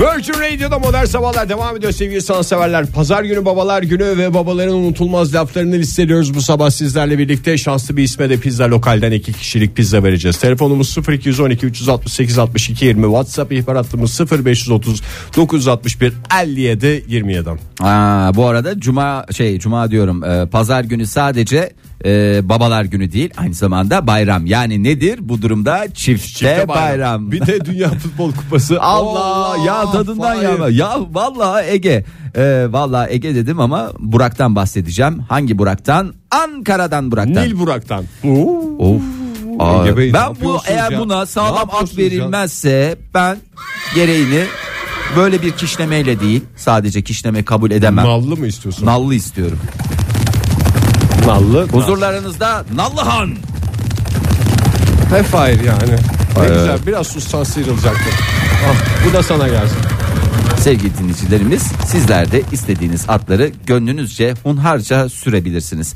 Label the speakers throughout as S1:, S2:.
S1: Virgin Radio'da modern sabahlar devam ediyor sevgili sanatseverler. Pazar günü babalar günü ve babaların unutulmaz laflarını listeliyoruz bu sabah sizlerle birlikte. Şanslı bir isme de pizza lokalden iki kişilik pizza vereceğiz. Telefonumuz 0212 368 62 20 WhatsApp ihbar hattımız 0530 961 57 27.
S2: Aa, bu arada cuma şey cuma diyorum e, pazar günü sadece e, babalar günü değil aynı zamanda bayram. Yani nedir bu durumda çifte,
S1: Çifte
S2: bayram.
S1: Bir de Dünya Futbol Kupası.
S2: Allah ya tadından
S1: Fahir.
S2: ya. Ya vallahi Ege. E, vallahi Ege dedim ama Burak'tan bahsedeceğim. Hangi Burak'tan? Ankara'dan Burak'tan.
S1: Nil Burak'tan.
S2: Of. Aa,
S1: Ege Bey, ne
S2: ben bu
S1: yapıyorsunuz
S2: eğer
S1: ya?
S2: buna
S1: Ne
S2: sağlam
S1: yapıyorsunuz
S2: hak
S1: ya?
S2: verilmezse ben gereğini böyle bir kişnemeyle değil sadece kişneme kabul edemem.
S1: Nallı mı istiyorsun?
S2: Nallı istiyorum.
S1: Nallı.
S2: Huzurlarınızda Nallıhan.
S1: He Fahir yani. Ne güzel biraz sustan sıyrılacaktı. Ah, bu da sana gelsin.
S2: Sevgili dinleyicilerimiz sizler de istediğiniz atları gönlünüzce hunharca sürebilirsiniz.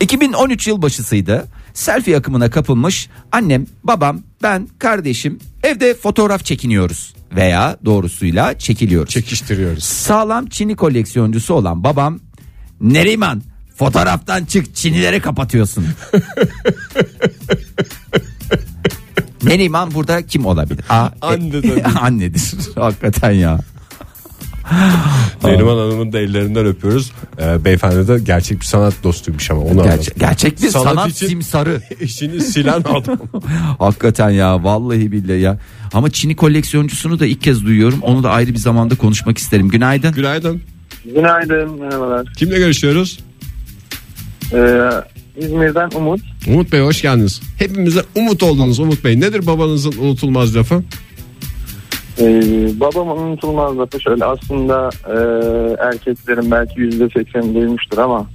S2: 2013 yılbaşısıydı. Selfie akımına kapılmış annem, babam, ben, kardeşim evde fotoğraf çekiniyoruz veya doğrusuyla çekiliyoruz.
S1: Çekiştiriyoruz.
S2: Sağlam Çin'i koleksiyoncusu olan babam Neriman fotoğraftan çık Çinilere kapatıyorsun. Neriman burada kim olabilir? A, e,
S1: Anne tabii.
S2: annedir. Hakikaten ya.
S1: Neriman Hanım'ın da ellerinden öpüyoruz. Ee, beyefendi de gerçek bir sanat dostuymuş ama onu
S2: Gerçek, gerçek bir
S1: Sanat
S2: sanat,
S1: için-
S2: simsarı.
S1: anladım. Eşini silen adam.
S2: Hakikaten ya vallahi billahi ya. Ama Çin'i koleksiyoncusunu da ilk kez duyuyorum. Onu da ayrı bir zamanda konuşmak isterim. Günaydın.
S1: Günaydın.
S3: Günaydın, merhabalar.
S1: Kimle görüşüyoruz?
S3: Ee, İzmir'den Umut.
S1: Umut Bey hoş geldiniz. Hepimize Umut oldunuz Umut Bey. Nedir babanızın unutulmaz lafı?
S3: Ee, babamın unutulmaz lafı şöyle aslında e, erkeklerin belki yüzde seksen duymuştur ama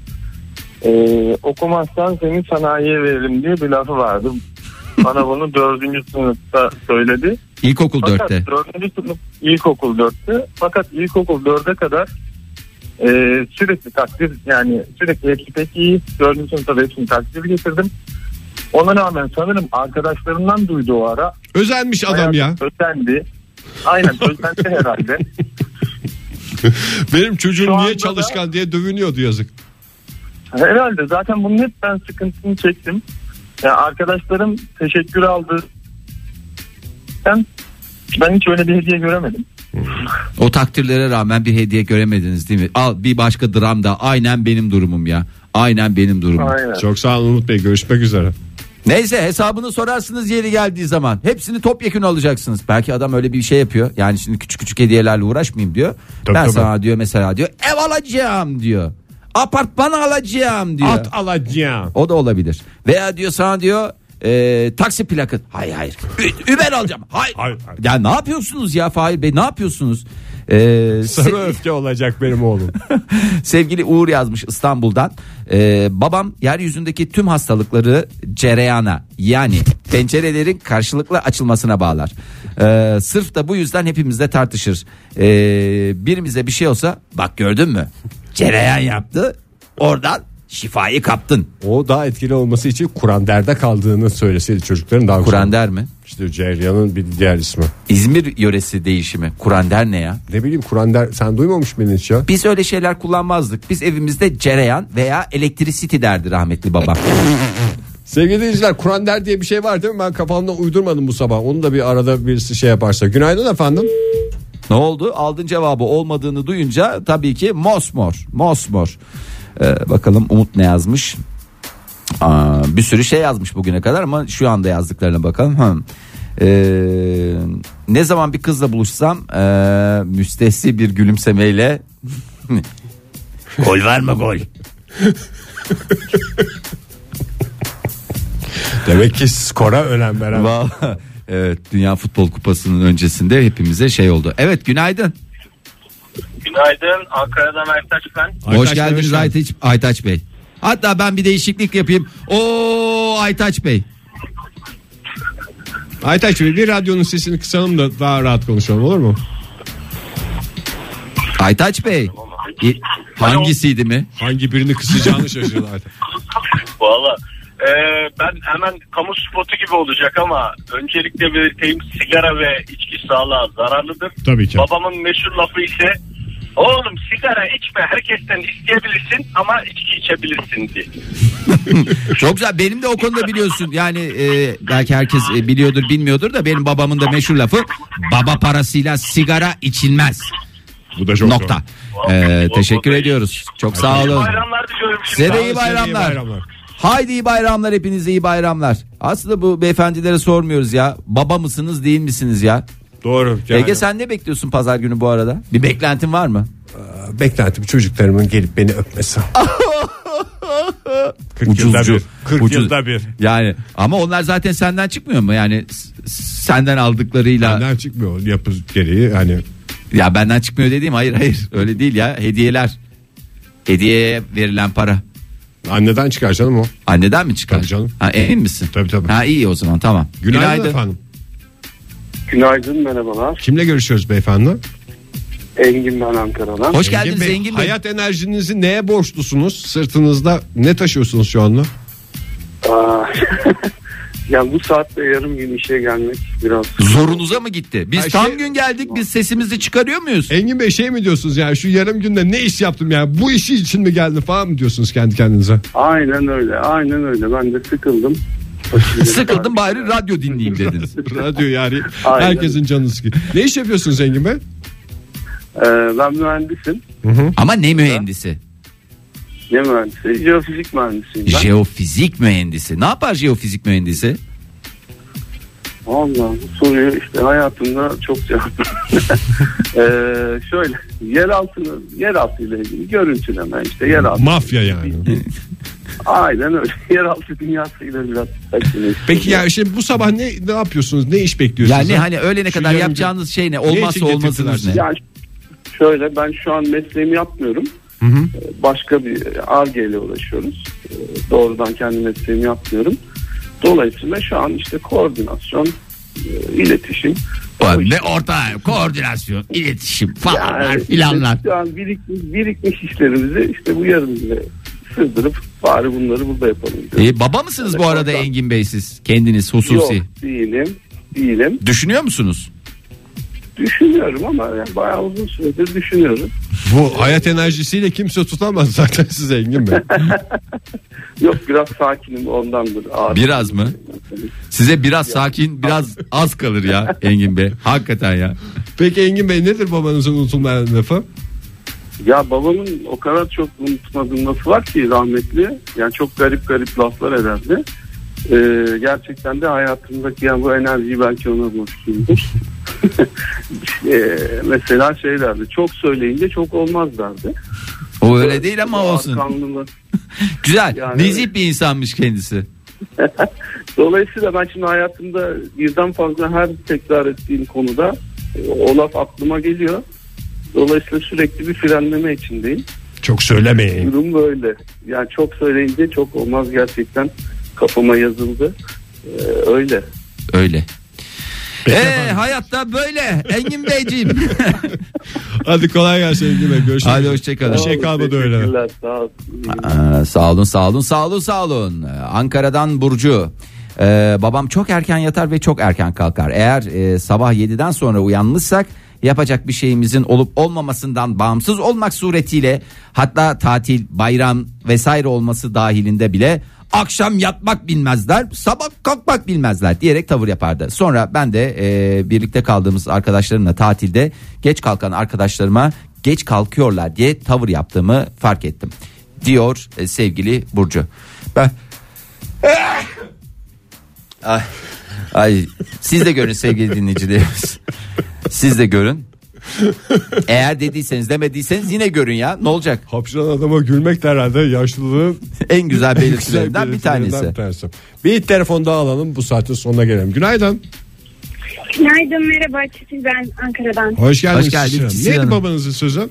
S3: e, okumazsan seni sanayiye veririm diye bir lafı vardı. Bana bunu dördüncü sınıfta söyledi.
S2: İlkokul
S3: Fakat
S2: 4'te.
S3: dördüncü sınıf ilkokul dörtte. Fakat ilkokul dörde kadar e, sürekli takdir yani sürekli hepsi pek iyi. Dördüncü sınıfta da hepsini takdir getirdim. Ona rağmen sanırım arkadaşlarından duydu o ara.
S1: Özenmiş adam
S3: Bayağı
S1: ya.
S3: Ötendi. Aynen ötendi herhalde.
S1: Benim çocuğum
S3: Şu anda
S1: niye
S3: da-
S1: çalışkan diye dövünüyordu yazık.
S3: Herhalde zaten bunun hep ben sıkıntısını çektim. Yani arkadaşlarım teşekkür aldı. Ben, ben hiç öyle bir hediye göremedim.
S2: O takdirlere rağmen bir hediye göremediniz değil mi? Al bir başka dram da aynen benim durumum ya. Aynen benim durumum.
S3: Aynen.
S1: Çok sağ olun Umut Bey görüşmek üzere.
S2: Neyse hesabını sorarsınız yeri geldiği zaman. Hepsini topyekün alacaksınız. Belki adam öyle bir şey yapıyor. Yani şimdi küçük küçük hediyelerle uğraşmayayım diyor.
S1: Tabii,
S2: ben
S1: tabii.
S2: sana diyor mesela diyor ev alacağım diyor. Apartman alacağım diyor.
S1: At alacağım.
S2: O da olabilir. Veya diyor sana diyor e, taksi plakı. Hayır hayır. Ü- Uber alacağım. Hayır.
S1: Hayır, hayır.
S2: Ya ne yapıyorsunuz ya Fahir Bey ne yapıyorsunuz? Ee,
S1: Sarı
S2: se-
S1: öfke olacak benim oğlum.
S2: sevgili Uğur yazmış İstanbul'dan. Ee, babam yeryüzündeki tüm hastalıkları cereyana yani pencerelerin karşılıklı açılmasına bağlar. Ee, sırf da bu yüzden hepimizle tartışır. Ee, birimize bir şey olsa bak gördün mü? Cereyan yaptı. Oradan şifayı kaptın.
S1: O daha etkili olması için Kur'an-Der'de kaldığını söyleseydi çocukların daha güzel.
S2: Kur'an der mi?
S1: İşte Cerya'nın bir diğer ismi.
S2: İzmir yöresi değişimi. Kur'an der ne ya?
S1: Ne bileyim Kur'an-Der sen duymamış mıydın hiç ya?
S2: Biz öyle şeyler kullanmazdık. Biz evimizde cereyan veya elektrisiti derdi rahmetli babam.
S1: Sevgili dinleyiciler Kur'an-Der diye bir şey var değil mi? Ben kafamda uydurmadım bu sabah. Onu da bir arada birisi şey yaparsa. Günaydın efendim.
S2: Ne oldu? Aldın cevabı olmadığını duyunca tabii ki mosmor. Mosmor. Ee, bakalım Umut ne yazmış? Aa, bir sürü şey yazmış bugüne kadar ama şu anda yazdıklarına bakalım. Hı. Ee, ne zaman bir kızla buluşsam ee, müstesni bir gülümsemeyle gol var mı gol?
S1: Demek ki skora önem veren.
S2: Vallahi, evet Dünya Futbol Kupası'nın öncesinde hepimize şey oldu. Evet günaydın.
S3: Günaydın. Ankara'dan Ertaş ben.
S1: Aytaç
S2: hoş
S1: Bey,
S2: geldiniz
S1: hoş geldin.
S2: Aytaç, Aytaç Bey. Hatta ben bir değişiklik yapayım. Oo Aytaç Bey.
S1: Aytaç Bey bir radyonun sesini kısalım da daha rahat konuşalım olur mu?
S2: Aytaç Bey. E, Hangisiydi mi?
S1: Hangi birini kısacağını şaşırdı Aytaç.
S4: Valla Ee, ben hemen kamu spotu gibi olacak ama öncelikle belirteyim sigara ve içki sağlığa zararlıdır.
S1: Tabii ki.
S4: Babamın meşhur lafı ise oğlum sigara içme herkesten isteyebilirsin ama içki içebilirsin diye.
S2: Çok güzel. Benim de o konuda biliyorsun. Yani e, belki herkes e, biliyordur, bilmiyordur da benim babamın da meşhur lafı baba parasıyla sigara içilmez.
S1: Bu da çok
S2: Nokta. E, teşekkür ediyoruz. Çok sağ olun.
S4: Bayramlar diliyorum şimdi.
S2: Size de
S1: Sağ
S2: iyi
S1: olun, size de iyi
S2: bayramlar.
S1: bayramlar.
S2: Haydi iyi bayramlar hepinize iyi bayramlar. Aslında bu beyefendilere sormuyoruz ya. Baba mısınız değil misiniz ya?
S1: Doğru. Yani.
S2: Ege sen ne bekliyorsun pazar günü bu arada? Bir beklentin var mı?
S1: Beklentim çocuklarımın gelip beni öpmesi. 40 yılda
S2: Ucuzcu.
S1: bir. 40
S2: Ucuz.
S1: yılda bir.
S2: Yani ama onlar zaten senden çıkmıyor mu? Yani s- senden aldıklarıyla.
S1: Benden çıkmıyor yapı gereği hani
S2: Ya benden çıkmıyor dediğim hayır hayır öyle değil ya hediyeler. Hediyeye verilen para.
S1: anneden çıkar canım o.
S2: Anneden mi çıkar?
S1: Tabii canım.
S2: Ha, emin misin?
S1: Tabii, tabii.
S2: Ha iyi o zaman tamam.
S1: Günaydın, efendim.
S3: Günaydın merhabalar.
S1: Kimle görüşüyoruz beyefendi?
S3: Engin ben Ankara'dan.
S2: Hoş geldiniz
S1: Bey,
S2: Zengin Bey.
S1: Hayat enerjinizi neye borçlusunuz? Sırtınızda ne taşıyorsunuz şu anda?
S3: Aa, yani bu saatte yarım gün işe gelmek biraz
S2: Zorunuza mı gitti? Biz
S1: Her
S2: tam
S1: şey-
S2: gün geldik biz sesimizi çıkarıyor muyuz?
S1: Engin Bey şey mi diyorsunuz yani şu yarım günde ne iş yaptım yani bu işi için mi geldim falan mı diyorsunuz kendi kendinize?
S3: Aynen öyle, aynen öyle. Ben de sıkıldım. Aşırı
S2: Sıkıldım bari radyo dinleyeyim dediniz.
S1: Radyo yani
S3: Aynen.
S1: herkesin canı sıkıyor. Ne iş yapıyorsunuz Engin Bey?
S3: Ee, ben mühendisim.
S2: Ama ne mühendisi?
S3: Ne mühendisi? Jeofizik mühendisiyim ben.
S2: Jeofizik mühendisi. Ne yapar jeofizik mühendisi?
S3: Vallahi bu soruyu işte hayatımda çok cevapladım. ee, şöyle, yer altını, yer altı ile ilgili görüntüleme işte yer altı.
S1: Mafya yani.
S3: Aynen öyle. Yer altı dünyasıyla biraz takılıyor.
S1: Peki yani şimdi bu sabah ne ne yapıyorsunuz? Ne iş bekliyorsunuz?
S2: Yani hani öğlene
S1: Şu
S2: kadar
S1: yarım
S2: yapacağınız şey ne?
S1: için
S2: Olmazsa
S1: getirdiler
S2: olmazınız ne?
S1: sizi?
S3: Yani şöyle ben şu an mesleğimi yapmıyorum. Ee, Başka bir ARGE ile uğraşıyoruz. Ee, Doğrudan kendi mesleğimi yapmıyorum. Dolayısıyla şu an işte koordinasyon, e, iletişim. O
S2: Ulan
S3: iş-
S2: Ne orta koordinasyon, iletişim
S3: Yani
S2: falanlar
S3: işte
S2: filanlar.
S3: e, Şu an birikmiş, birikmiş işlerimizi işte bu yarın bile sızdırıp bari bunları burada yapalım. diyorum.
S2: Ee, baba mısınız bu arada Engin Bey siz? Kendiniz hususi.
S3: Yok değilim. Değilim.
S2: Düşünüyor musunuz?
S3: Düşünüyorum ama yani bayağı uzun süredir düşünüyorum.
S1: Bu hayat enerjisiyle kimse tutamaz zaten siz Engin Bey.
S3: Yok biraz sakinim ondandır. Ağır.
S2: Biraz mı? Size biraz sakin, biraz az kalır ya Engin Bey. Hakikaten ya.
S1: Peki Engin Bey nedir babanızın unutulmayan lafı?
S3: Ya babamın o kadar çok unutmadığım lafı var ki rahmetli. Yani çok garip garip laflar ederdi. Ee, gerçekten de hayatımdaki yani bu enerjiyi belki ona borçluyumdur. ee, mesela şey derdi. Çok söyleyince çok olmaz derdi.
S2: O öyle değil ama olsun.
S3: Arkamlı-
S2: Güzel.
S3: Yani-
S2: Nezih bir insanmış kendisi.
S3: Dolayısıyla ben şimdi hayatımda birden fazla her tekrar ettiğim konuda e, o laf aklıma geliyor. Dolayısıyla sürekli bir frenleme içindeyim.
S1: Çok söylemeyin.
S3: Durum böyle. Yani çok söyleyince çok olmaz gerçekten. Kafama yazıldı. Ee, öyle.
S2: Öyle. Ee,
S1: efendim.
S2: hayatta böyle Engin Beyciğim.
S1: Hadi kolay gelsin Engin Bey. Görüşürüz.
S2: Hadi hoşçakalın.
S1: Bir şey kalmadı öyle.
S3: Teşekkürler, Sağ ol.
S2: Aa, Ee, sağ olun sağ olun sağ olun sağ olun. Ee, Ankara'dan Burcu. Ee, babam çok erken yatar ve çok erken kalkar. Eğer e, sabah 7'den sonra uyanmışsak yapacak bir şeyimizin olup olmamasından bağımsız olmak suretiyle hatta tatil, bayram vesaire olması dahilinde bile akşam yatmak bilmezler, sabah kalkmak bilmezler diyerek tavır yapardı. Sonra ben de e, birlikte kaldığımız arkadaşlarımla tatilde geç kalkan arkadaşlarıma geç kalkıyorlar diye tavır yaptığımı fark ettim diyor e, sevgili Burcu. Ben Ay, ay, siz de görün sevgili dinleyicilerimiz. Siz de görün. Eğer dediyseniz demediyseniz yine görün ya. Ne olacak?
S1: Hapşıran adama gülmek de herhalde yaşlılığın
S2: En güzel
S1: en güzel
S2: belirtilerinden bir
S1: belirtilerinden
S2: tanesi.
S1: bir tanesi. Bir telefon daha alalım bu saatin sonuna gelelim. Günaydın.
S5: Günaydın merhaba Çetin ben Ankara'dan.
S1: Hoş geldiniz.
S2: Hoş geldiniz
S1: Sisir Hanım.
S2: Sisir
S1: Neydi
S2: Hanım.
S1: babanızın sözü?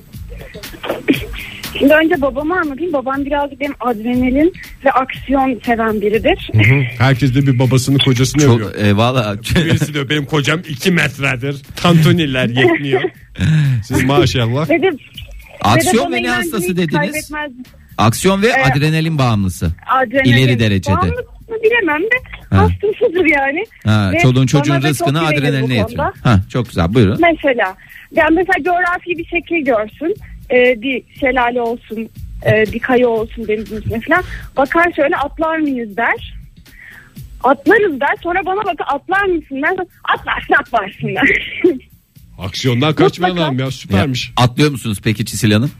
S5: Şimdi önce babamı anlatayım. Babam birazcık benim adrenalin ve aksiyon seven biridir.
S1: Herkes de bir babasını kocasını övüyor.
S2: Çok e, valla
S1: Birisi diyor benim kocam 2 metredir. Tantuniler yetmiyor. Siz maşallah.
S5: Ve de, ve de
S2: aksiyon
S5: bana
S2: ve ne
S5: inancını
S2: hastası
S5: hiç
S2: dediniz?
S5: kaybetmez.
S2: Aksiyon ve
S5: Ee,
S2: adrenalin bağımlısı.
S5: Adrenalin.
S2: İleri derecede.
S5: Bağımlı-
S6: mı bilemem de
S4: Ha.
S6: hastasıdır yani.
S4: Ha,
S6: Ve
S4: çoluğun
S6: bana
S4: çocuğun
S6: da
S4: rızkını
S6: çok güvenir bu
S4: adrenaline
S6: konuda.
S4: yatırın. Ha, çok güzel buyurun.
S6: Mesela yani mesela coğrafi bir şekil görsün. e, bir şelale olsun, e, bir kaya olsun denizin üstüne falan. Bakar şöyle atlar mıyız der. Atlarız der. Sonra bana bak atlar mısın der. Atlarsın atlarsın der.
S1: Aksiyondan kaçmayan adam ya süpermiş.
S4: Atlıyor musunuz peki Çisil Hanım?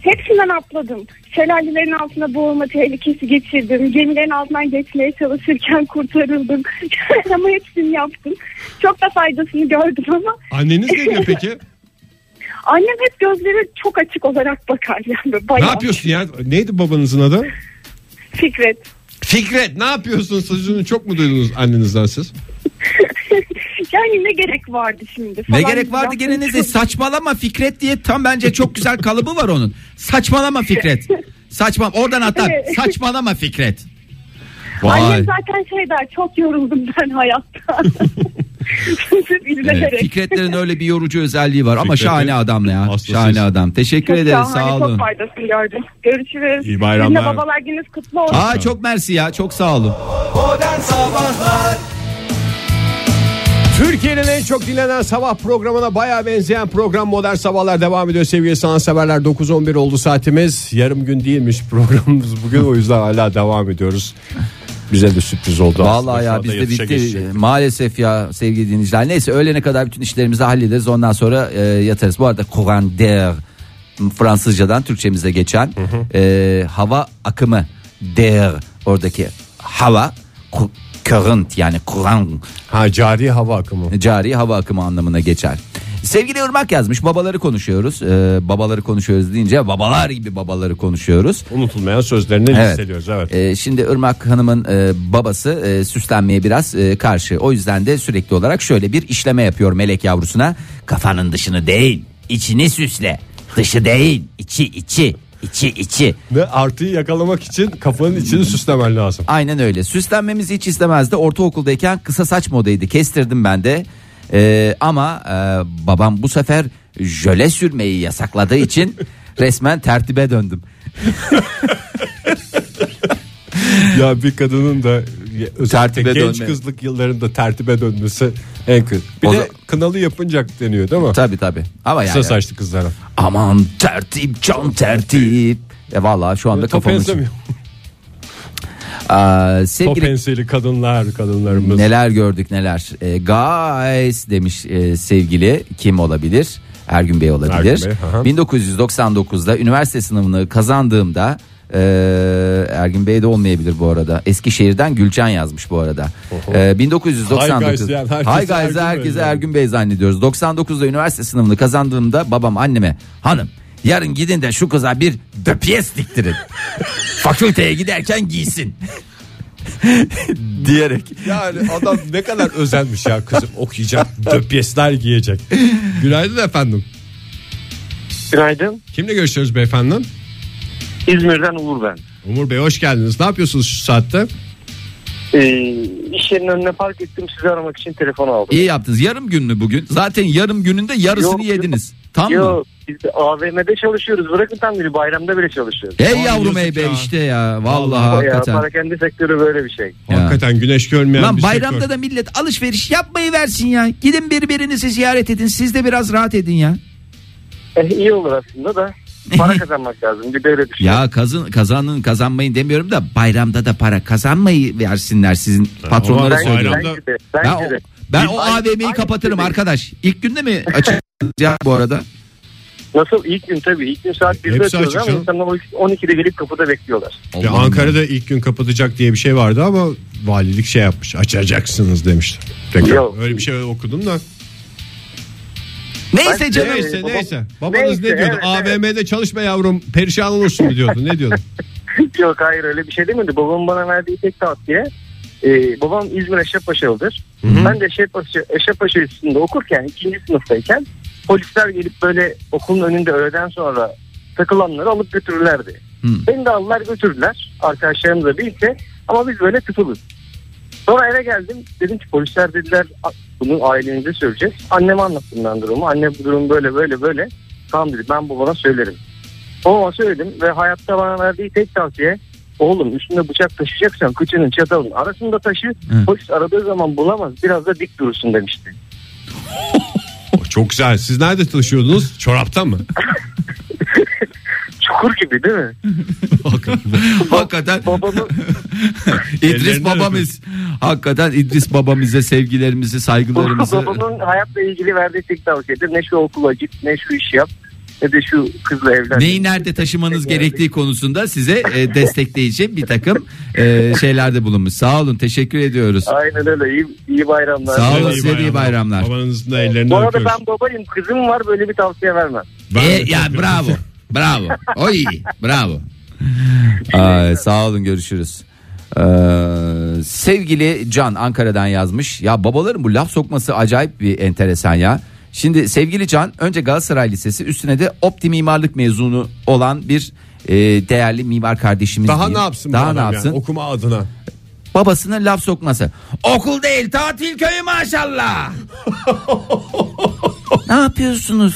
S6: Hepsinden atladım. Şelalelerin altına boğulma tehlikesi geçirdim. Gemilerin altından geçmeye çalışırken kurtarıldım. ama hepsini yaptım. Çok da faydasını gördüm ama
S1: Anneniz ne diyor peki?
S6: annem hep gözleri çok açık olarak bakar. Yani
S1: ne
S6: bayağı.
S1: yapıyorsun ya? Neydi babanızın adı?
S6: Fikret.
S1: Fikret ne yapıyorsun sözünü çok mu duydunuz annenizden siz?
S6: yani ne gerek vardı şimdi?
S4: Ne
S6: falan
S4: gerek vardı
S6: gibi.
S4: gene neyse saçmalama Fikret diye tam bence çok güzel kalıbı var onun. Saçmalama Fikret. Saçma oradan atar.
S6: Evet.
S4: Saçmalama Fikret.
S6: Annem zaten şey der çok yoruldum ben hayatta. Sırf
S4: Evet,
S6: izlenerek.
S4: Fikretlerin öyle bir yorucu özelliği var ama
S1: Fikret'in
S4: şahane adam ya.
S1: hastasıyız.
S4: Şahane adam. Teşekkür
S6: Çok
S4: ederiz
S6: şahane,
S4: sağ
S6: Çok
S4: olun.
S6: faydasını gördüm. Görüşürüz.
S1: İyi bayramlar.
S6: Sizin de babalar gününüz kutlu olsun.
S4: Aa çok mersi ya. Çok sağ olun.
S1: Türkiye'nin en çok dinlenen sabah programına baya benzeyen program Modern Sabahlar devam ediyor sevgili sanatseverler. 9.11 oldu saatimiz. Yarım gün değilmiş programımız bugün o yüzden hala devam ediyoruz. Bize de sürpriz oldu aslında.
S2: Vallahi
S1: Şu
S2: ya
S1: anda
S2: bizde
S1: yatışa
S2: bitti. E,
S1: geçecek.
S2: Maalesef ya sevgili dinleyiciler. Neyse öğlene kadar bütün işlerimizi hallederiz. Ondan sonra e, yatarız. Bu arada courant d'air Fransızcadan Türkçemize geçen e, hava akımı d'air oradaki hava ku- current yani courant
S1: Ha cari hava akımı.
S2: cari hava akımı anlamına geçer. Sevgili Irmak yazmış babaları konuşuyoruz. E, babaları konuşuyoruz deyince babalar gibi babaları konuşuyoruz.
S1: Unutulmayan sözlerini
S2: Evet.
S1: listeliyoruz evet.
S2: Ee, şimdi Irmak Hanım'ın e, babası e, süslenmeye biraz e, karşı. O yüzden de sürekli olarak şöyle bir işleme yapıyor melek yavrusuna. Kafanın dışını değil, içini süsle. Dışı değil, içi içi, içi içi.
S1: Ve artıyı yakalamak için kafanın içini süslemen lazım.
S2: Aynen öyle. Süslenmemizi hiç istemezdi. Ortaokuldayken kısa saç modaydı. Kestirdim ben de. Ee, ama e, babam bu sefer jöle sürmeyi yasakladığı için resmen tertibe döndüm.
S1: Ya bir kadının da özellikle
S2: Tertibe
S1: genç
S2: dönme.
S1: kızlık yıllarında tertibe dönmesi en kötü. Bir
S2: O
S1: de
S2: da-
S1: kınalı yapınacak deniyor değil mi?
S2: Tabii tabii. Ama yani
S1: Kısa saçlı kızlara.
S2: Aman tertip can tertip. E vallahi şu anda
S1: Top
S2: kafamın
S1: enzemiyor.
S2: Aa,
S1: Top
S2: sevgili
S1: enseli kadınlar kadınlarımız.
S2: neler gördük neler. E, guys demiş e, sevgili kim olabilir? Ergün Bey olabilir.
S1: Ergün Bey, aha.
S2: 1999'da üniversite sınavını kazandığımda e, Ergün Bey de olmayabilir bu arada. Eskişehir'den Gülcan yazmış bu arada. E, 1999.
S1: Hi guys diyen herkese
S2: Hay guys
S1: Ergün Bey
S2: herkese
S1: yani.
S2: Ergün Bey zannediyoruz. 99'da üniversite sınavını kazandığımda babam anneme hanım yarın gidin de şu kıza bir döpiyes diktirin. Fakülteye giderken giysin. diyerek
S1: Yani adam ne kadar özenmiş ya kızım okuyacak döpyesler giyecek. Günaydın efendim.
S3: Günaydın.
S1: Kimle görüşüyoruz beyefendi?
S3: İzmir'den Uğur ben.
S1: Umur Bey hoş geldiniz. Ne yapıyorsunuz şu saatte?
S3: Ee, iş yerinin önüne park ettim sizi aramak için telefon aldım.
S4: İyi yaptınız. Yarım gün mü bugün? Zaten yarım gününde yarısını
S3: Yok, yok.
S4: yediniz. Tam mı?
S3: Yo biz de AVM'de çalışıyoruz. Bırakın tam bir bayramda bile çalışıyoruz.
S4: Ey
S2: Ay
S4: yavrum
S1: yazık
S4: ey be
S1: ya.
S4: işte ya. Vallahi
S2: Vallahi
S3: Ya,
S4: hakikaten.
S3: parakende sektörü böyle bir şey.
S4: Ya.
S1: Hakikaten güneş görmeyen
S4: Lan
S1: bir şey
S4: bayramda
S1: sektör.
S4: da millet alışveriş yapmayı versin ya. Gidin birbirinizi ziyaret edin. Siz de biraz rahat edin ya.
S3: Eh, iyi olur aslında da para kazanmak lazım. Bir de öyle düşün.
S4: Ya kazın kazanın kazanmayın demiyorum da bayramda da para kazanmayı versinler sizin patronlara
S1: ama
S3: bence,
S4: söylüyorum.
S1: bayramda-
S3: bence de,
S4: Ben
S3: bence
S4: o,
S3: de.
S4: ben
S3: Biz
S4: o
S3: aynı-
S4: AVM'yi
S3: aynı
S4: kapatırım
S3: şeydeyiz.
S4: arkadaş. İlk günde mi açık ya bu arada?
S3: Nasıl? İlk gün tabii. İlk gün saat 1'de
S1: Hepsi
S3: açıyoruz
S1: açık
S3: ama
S1: canım.
S3: insanlar 12'de gelip kapıda bekliyorlar.
S1: Ya
S4: Allah'ım
S1: Ankara'da ilk gün kapatacak diye bir şey vardı ama valilik şey yapmış. Açacaksınız demişti. Tekrar.
S3: Yok.
S1: Öyle bir şey okudum da.
S4: Neyse canım.
S3: Evet,
S1: Neyse
S3: baba-
S1: neyse. Babanız
S3: Neyse,
S1: ne diyordu?
S3: evet, evet.
S1: AVM'de çalışma yavrum perişan olursun mu diyordu? Ne diyordu?
S3: Yok hayır öyle bir şey demedi. Babam bana verdiği tek tavsiye e, babam İzmir Eşepaşalı'dır. Ben de şey Eşepaşa, Eşepaşa Üstü'nde okurken ikinci sınıftayken polisler gelip böyle okulun önünde öğleden sonra takılanları alıp götürürlerdi.
S2: Hı.
S3: Beni de aldılar götürdüler. Arkadaşlarımla birlikte ama biz böyle tutuluz. Sonra eve geldim. Dedim ki polisler dediler "A- bunu ailenize söyleyeceğiz. Anneme anlattım ben durumu. Anne bu durum böyle böyle böyle. Tamam dedi ben babana söylerim. Babama söyledim ve hayatta bana verdiği tek tavsiye Oğlum üstünde bıçak taşıyacaksan kıçının çatalın arasında taşı. Polis aradığı zaman bulamaz. Biraz da dik durursun demişti.
S1: Çok güzel. Siz nerede taşıyordunuz? Çoraptan mı?
S3: Çukur gibi değil mi?
S2: Hakikaten
S3: Babamın
S2: İdris
S1: Ellerinden
S2: babamız. Hakikaten İdris babamıza sevgilerimizi, saygılarımızı.
S3: babamın hayatla ilgili verdiği tek tavsiyedir. Ne şu okula git ne şu iş yap ne de şu kızla evlen.
S2: Neyi nerede taşımanız gerektiği konusunda size e, destekleyici bir takım e, şeylerde bulunmuş. Sağ olun, teşekkür ediyoruz.
S3: Aynen öyle. İyi, iyi bayramlar.
S2: Sağ olun.
S1: Size de
S2: size de iyi bayramlar.
S1: Babanızın da ellerinden
S3: Bu arada
S1: öpüyoruz.
S3: ben babayım. Kızım var böyle bir tavsiye vermem.
S1: Ben de
S2: E,
S1: çok
S2: ya
S1: öpüyorum.
S2: bravo. Bravo. O iyi. Bravo. Ay, sağ olun görüşürüz. Ee, sevgili Can Ankara'dan yazmış. Ya babaların bu laf sokması acayip bir enteresan ya. Şimdi sevgili Can önce Galatasaray Lisesi üstüne de Opti Mimarlık mezunu olan bir e, değerli mimar kardeşimiz.
S1: Daha
S2: diyeyim.
S1: ne yapsın? bu
S2: Daha
S1: adam
S2: ne
S1: yani?
S2: yapsın?
S1: Okuma adına.
S2: Babasının laf sokması. Okul değil tatil köyü maşallah. ne yapıyorsunuz?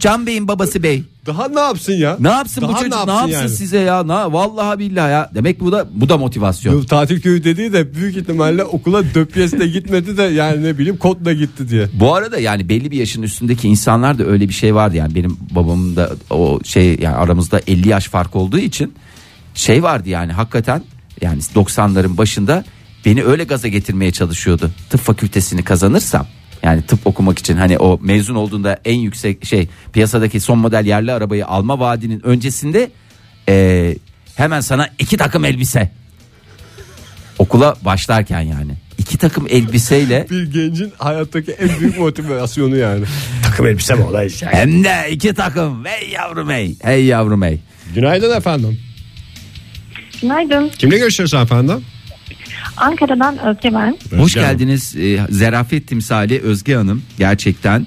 S2: Can Bey'in babası bey.
S1: Daha ne yapsın ya?
S2: Ne yapsın
S1: Daha
S2: bu çocuk? Ne yapsın,
S1: yani?
S2: size ya? Na, vallahi billahi ya. Demek bu da bu da motivasyon.
S1: Bu Tatil köyü dediği de büyük ihtimalle okula döpyesle gitmedi de yani ne bileyim kodla gitti diye.
S2: Bu arada yani belli bir yaşın üstündeki insanlar da öyle bir şey vardı yani benim babamın da o şey yani aramızda 50 yaş fark olduğu için şey vardı yani hakikaten yani 90'ların başında beni öyle gaza getirmeye çalışıyordu. Tıp fakültesini kazanırsam yani tıp okumak için hani o mezun olduğunda en yüksek şey piyasadaki son model yerli arabayı alma vaadinin öncesinde eee, hemen sana iki takım elbise okula başlarken yani iki takım elbiseyle
S1: Bir gencin hayattaki en büyük motivasyonu yani.
S2: Hem de iki takım. Hey yavrum hey. Hey yavrum hey.
S1: Günaydın efendim.
S6: Günaydın.
S1: Kimle görüşüyoruz efendim?
S6: Ankara'dan Özge ben.
S2: Hoş
S1: Hanım.
S2: geldiniz e, Zerafet Timsali Özge Hanım. Gerçekten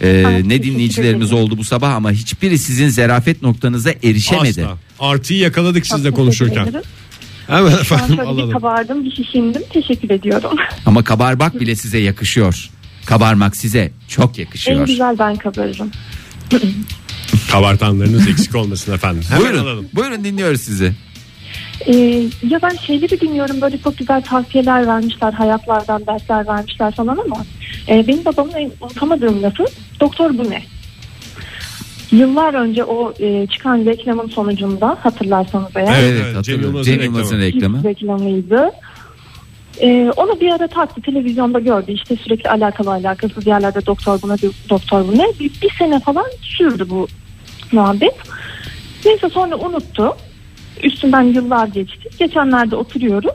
S2: e,
S6: Ay,
S2: ne
S6: teşekkür
S2: dinleyicilerimiz
S6: ederim.
S2: oldu bu sabah ama hiçbiri sizin zerafet noktanıza erişemedi.
S1: Asla. Artıyı yakaladık sizle
S6: Teşekkür
S1: konuşurken.
S6: ederim.
S1: Hemen
S6: Ben
S1: efendim
S6: şöyle bir
S1: alalım.
S6: kabardım, bir şişindim. Teşekkür ediyorum.
S2: Ama kabarmak bile size yakışıyor. Kabarmak size çok
S1: Şey
S2: yakışıyor.
S6: en güzel ben kabarırım.
S1: Kabartanlarınız eksik olmasın efendim. Hemen
S2: Buyurun.
S1: alalım.
S2: Buyurun dinliyoruz sizi.
S6: Ee, ya ben şeyleri dinliyorum böyle çok güzel tavsiyeler vermişler, hayatlardan dersler vermişler falan ama e, benim babamın en unutamadığım lafı doktor bu ne? Yıllar önce o e, çıkan reklamın sonucunda hatırlarsanız eğer
S1: Evet, evet, Cem
S2: hatırlıyorum.
S1: Yılmaz'ın
S2: Cem
S1: reklamı.
S2: Yılmaz'ın
S6: reklamı.
S2: reklamı.
S6: reklamıydı. Ee, onu bir ara taktı televizyonda gördü işte sürekli alakalı alakasız yerlerde doktor buna do- doktor buna bir, bir sene falan sürdü bu muhabbet. Neyse sonra unuttu. Üstünden yıllar geçti. Geçenlerde oturuyoruz.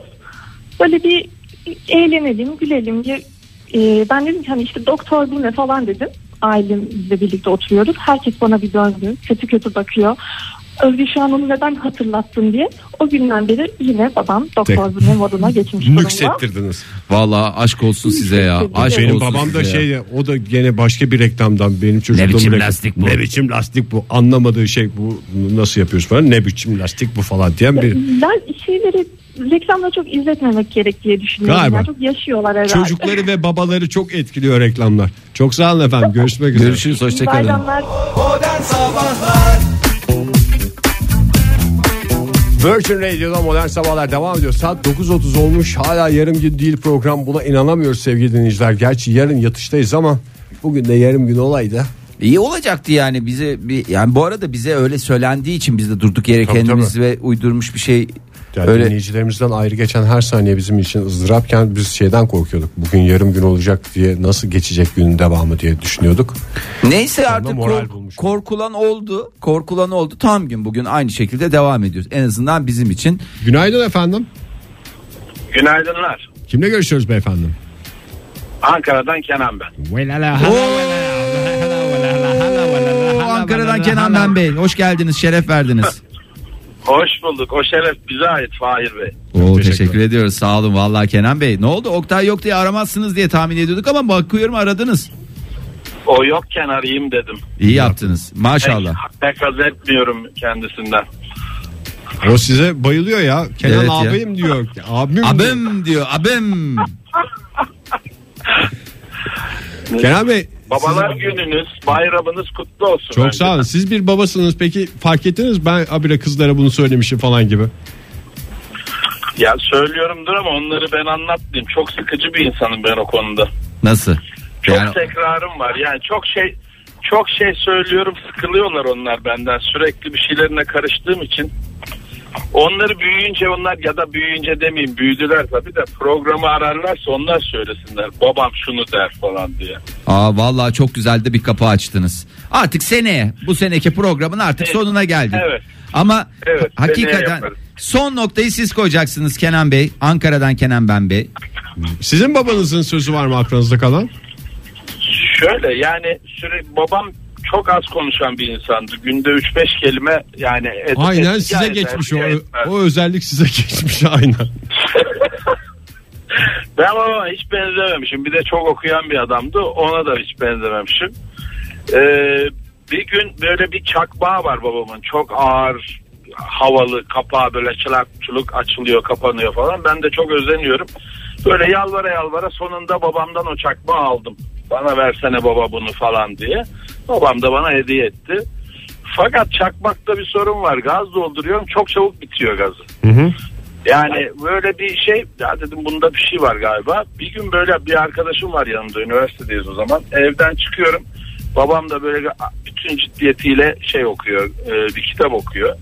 S6: Böyle bir eğlenelim, gülelim diye. Ee, ben dedim ki hani işte doktor bu ne falan dedim. Ailemizle birlikte oturuyoruz. Herkes bana bir döndü. Kötü kötü bakıyor. Özge şu an onu neden hatırlattın diye. O günden beri yine babam doktor bu ne moduna geçmiş durumda.
S1: Nüksettirdiniz.
S2: Vallahi aşk olsun size ya. Aşk
S1: Benim
S2: olsun
S1: babam da
S2: size ya.
S1: şey o da gene başka bir reklamdan benim çocukluğum
S2: Ne biçim
S1: reklam-
S2: lastik bu?
S1: Ne biçim lastik bu? Anlamadığı şey bu. Bunu Nasıl yapıyoruz falan? Ne biçim lastik bu falan diyen bir
S6: Ben şeyleri reklamda çok izletmemek gerek diye düşünüyorum.
S1: Galiba.
S6: Yani çok yaşıyorlar herhalde.
S1: Çocukları ve babaları çok etkiliyor reklamlar. Çok sağ olun efendim. Görüşmek üzere.
S2: Görüşürüz hoşçakalın.
S6: Bayramlar.
S1: Virgin Radio'da Modern Sabahlar devam ediyor. Saat 9.30 olmuş. Hala yarım gün değil program. Buna inanamıyoruz sevgili dinleyiciler. Gerçi yarın yatıştayız ama bugün de yarım gün olaydı.
S2: İyi olacaktı yani bize bir yani bu arada bize öyle söylendiği için biz de durduk yere
S1: Tabii,
S2: kendimiz ve uydurmuş bir şey
S1: Yani
S2: öyle
S1: dinleyicilerimizden ayrı geçen her saniye bizim için ızdırapken biz şeyden korkuyorduk. Bugün yarım gün olacak diye nasıl geçecek günün devamı diye düşünüyorduk.
S2: neyse artık
S1: moral
S2: kork-
S1: bulmuş.
S2: korkulan oldu korkulan oldu tam gün bugün aynı şekilde devam ediyoruz en azından bizim için
S1: Günaydın efendim.
S4: Günaydınlar.
S1: Kimle görüşüyoruz beyefendi?
S4: Ankara'dan Kenan ben.
S7: Oo, Ankara'dan Kenan Ben Bey hoş geldiniz şeref verdiniz.
S4: Hoş bulduk. O şeref bize ait Fahir Bey.
S2: Oo,
S1: teşekkürler.
S2: teşekkür ediyoruz sağ olun vallahi Kenan Bey ne oldu Oktay yok diye aramazsınız diye tahmin ediyorduk ama bakıyorum aradınız
S4: O yokken arayayım dedim.
S2: iyi yaptınız maşallah
S4: Pek, pek haz etmiyorum kendisinden.
S1: O size bayılıyor ya. Kenan
S2: Evet ya.
S1: abim diyor. Abim. diyor.
S2: abim diyor abim
S1: Kenan Bey.
S4: Babalar gününüz, bayramınız kutlu olsun.
S1: Çok
S4: bence.
S1: sağ olun. Siz bir babasınız. Peki fark ettiniz mi? ben abire kızlara bunu söylemişim falan gibi.
S4: Ya söylüyorumdur ama onları ben anlatmayayım. Çok sıkıcı bir insanım ben o konuda.
S2: Nasıl?
S4: Çok
S2: Yani-
S4: tekrarım var. Yani çok şey çok şey söylüyorum sıkılıyorlar onlar benden. Sürekli bir şeylerine karıştığım için. Onları büyüyünce onlar ya da büyüyünce demeyeyim büyüdüler tabii de programı ararlarsa onlar söylesinler. Babam şunu der falan diye.
S7: Aa vallahi çok güzel de bir kapı açtınız. Artık seneye bu seneki programın artık
S4: Evet.
S7: sonuna geldik.
S4: Evet.
S7: Ama
S4: Evet,
S7: ha-
S4: seneye
S7: hakikaten
S4: yaparız.
S7: son noktayı siz koyacaksınız Kenan Bey. Ankara'dan Kenan Ben Bey.
S1: Sizin babanızın sözü var mı aklınızda kalan?
S4: Şöyle yani sürekli babam çok az konuşan bir insandı. Günde 3-5 kelime yani. et-
S1: Aynen
S4: etki
S1: size
S4: eder,
S1: geçmiş o.
S4: etki etmez.
S1: O özellik size geçmiş aynen.
S4: Ben ona hiç benzememişim. Bir de çok okuyan bir adamdı. Ona da hiç benzememişim. Ee, bir gün böyle bir çakmağı var babamın. Çok ağır havalı kapağı böyle çılak çuluk açılıyor kapanıyor falan. Ben de çok özeniyorum. Böyle yalvara yalvara sonunda babamdan o çakmağı aldım. Bana versene baba bunu falan diye. Babam da bana hediye etti. Fakat çakmakta bir sorun var. Gaz dolduruyorum. Çok çabuk bitiyor gazı. Yani böyle bir şey ya dedim bunda bir şey var galiba. Bir gün böyle bir arkadaşım var yanımda üniversitedeyiz o zaman. Evden çıkıyorum. Babam da böyle bütün ciddiyetiyle şey okuyor e, bir kitap okuyor.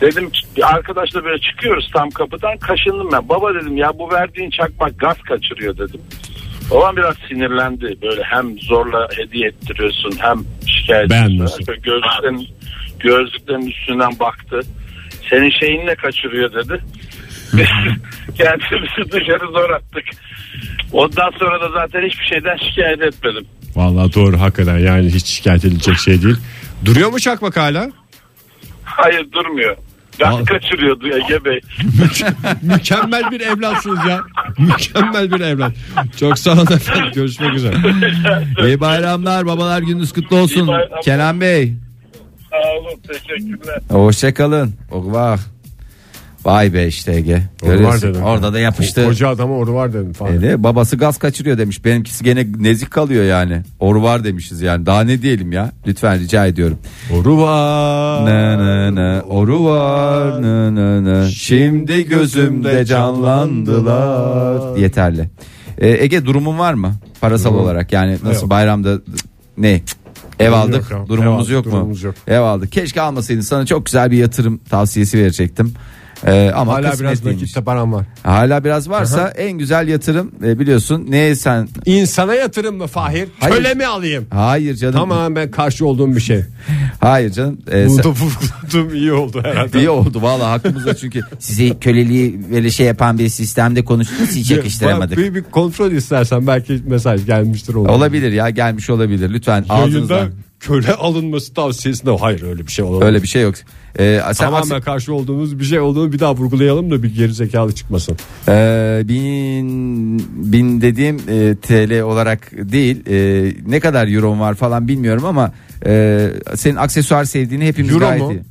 S4: Dedim ki, bir arkadaşla böyle çıkıyoruz tam kapıdan kaşındım ben. Baba dedim ya bu verdiğin çakmak gaz kaçırıyor dedim. Babam biraz sinirlendi. Böyle hem zorla hediye ettiriyorsun hem şikayet
S1: Beğenmiyorsun.
S4: ediyorsun. Böyle Gözlüklerin, gözlüklerin üstünden baktı. Senin şeyinle kaçırıyor dedi. Biz Kendimizi dışarı zor attık. Ondan sonra da zaten hiçbir şeyden şikayet etmedim.
S1: Vallahi doğru hakikaten yani hiç şikayet edilecek şey değil. Duruyor mu çakmak hala?
S4: Hayır durmuyor.
S1: Aa.
S4: Gaz kaçırıyordu Ege Bey.
S1: Mükemmel bir evlatsınız ya. Mükemmel bir evlat. Çok sağ olun efendim. Görüşmek üzere.
S7: İyi bayramlar babalar gününüz kutlu olsun.
S4: İyi bayramlar.
S7: Kenan Bey.
S4: Sağ olun teşekkürler.
S2: Hoşçakalın.
S7: Oh,
S2: Ogvah. Vay be işte Ege. Görüyorsun, Orada da yapıştı.
S1: Koca adama oru var dedim falan.
S2: Öyle, babası gaz kaçırıyor demiş. Benimkisi gene nezik kalıyor yani. Oru var demişiz yani. Daha ne diyelim ya? Lütfen rica ediyorum.
S1: Oru var.
S2: Ne ne ne oru var ne ne ne. Şimdi gözümde canlandılar. Yeterli. Ee, Ege durumun var mı? Parasal olarak yani nasıl
S1: Yok.
S2: bayramda ne? Cık, Ev
S1: Durum
S2: aldık.
S1: yok ya.
S2: durumumuz
S1: Ev
S2: yok
S1: aldık,
S2: mu?
S1: durumumuz yok.
S2: Ev aldık. Keşke almasaydın. Sana çok güzel bir yatırım tavsiyesi verecektim. Ee, ama
S1: Hala
S2: kısmet
S1: biraz
S2: değilmiş.
S1: nakitte param var.
S2: Hala biraz varsa en güzel yatırım e, biliyorsun. Ne sen?
S1: İnsana yatırım mı Fahir?
S2: Hayır.
S1: Köle mi alayım?
S2: Hayır canım.
S1: Tamam ben karşı olduğum bir şey.
S2: Hayır canım. E, sen-
S1: Bunu da vurguladığım iyi oldu herhalde.
S2: İyi oldu valla hakkımızda çünkü sizi köleliği böyle şey yapan bir sistemde konuştunuz hiç yakıştıramadık.
S1: Bir, bir kontrol istersen belki mesaj gelmiştir. ona.
S2: Olabilir ya gelmiş olabilir lütfen
S1: Yayında
S2: ağzınızdan.
S1: köle alınması tavsiyesinde hayır öyle bir şey olamaz.
S2: Öyle bir şey yok. Ee, sen
S1: Tamamen
S2: aksi-
S1: karşı olduğumuz bir şey olduğunu bir daha vurgulayalım da bir gerizekalı çıkmasın.
S2: Ee, bin, bin dediğim e, TL olarak değil e, ne kadar euro var falan bilmiyorum ama e, senin aksesuar sevdiğini hepimiz
S1: Euro
S2: gayet
S1: mu?
S2: iyi.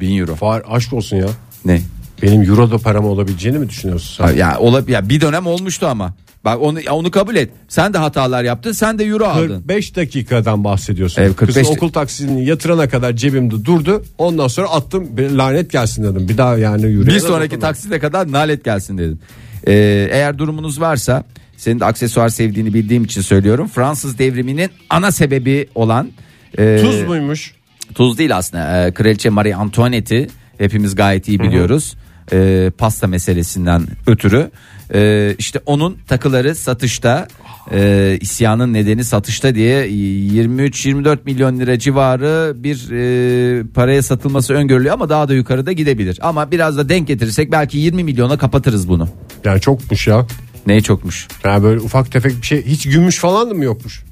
S2: Bin euro.
S1: Fahir aşk olsun ya.
S2: Ne?
S1: Benim euro da param olabileceğini mi düşünüyorsun sen?
S2: Ha, Ya, ola, ya bir dönem olmuştu ama. Bak onu onu kabul et. Sen de hatalar yaptın. Sen de euro aldın.
S1: 45 dakikadan bahsediyorsun.
S2: Evet, 45
S1: Kızın okul taksini yatırana kadar cebimde durdu. Ondan sonra attım bir lanet gelsin dedim. Bir daha yani yüreğe.
S2: Bir sonraki taksite kadar nalet gelsin dedim. Ee, eğer durumunuz varsa senin de aksesuar sevdiğini bildiğim için söylüyorum. Fransız devriminin ana sebebi olan e,
S1: Tuz muymuş?
S2: tuz değil aslında. Ee, Kraliçe Marie Antoinette'i hepimiz gayet iyi biliyoruz. Ee, pasta meselesinden ötürü. Ee, işte onun takıları satışta e, isyanın nedeni satışta diye 23-24 milyon lira civarı bir e, paraya satılması öngörülüyor ama daha da yukarıda gidebilir. Ama biraz da denk getirirsek belki 20 milyona kapatırız bunu.
S1: Yani çokmuş ya.
S2: Neye çokmuş?
S1: Yani böyle ufak tefek bir şey. Hiç gümüş falan da mı yokmuş?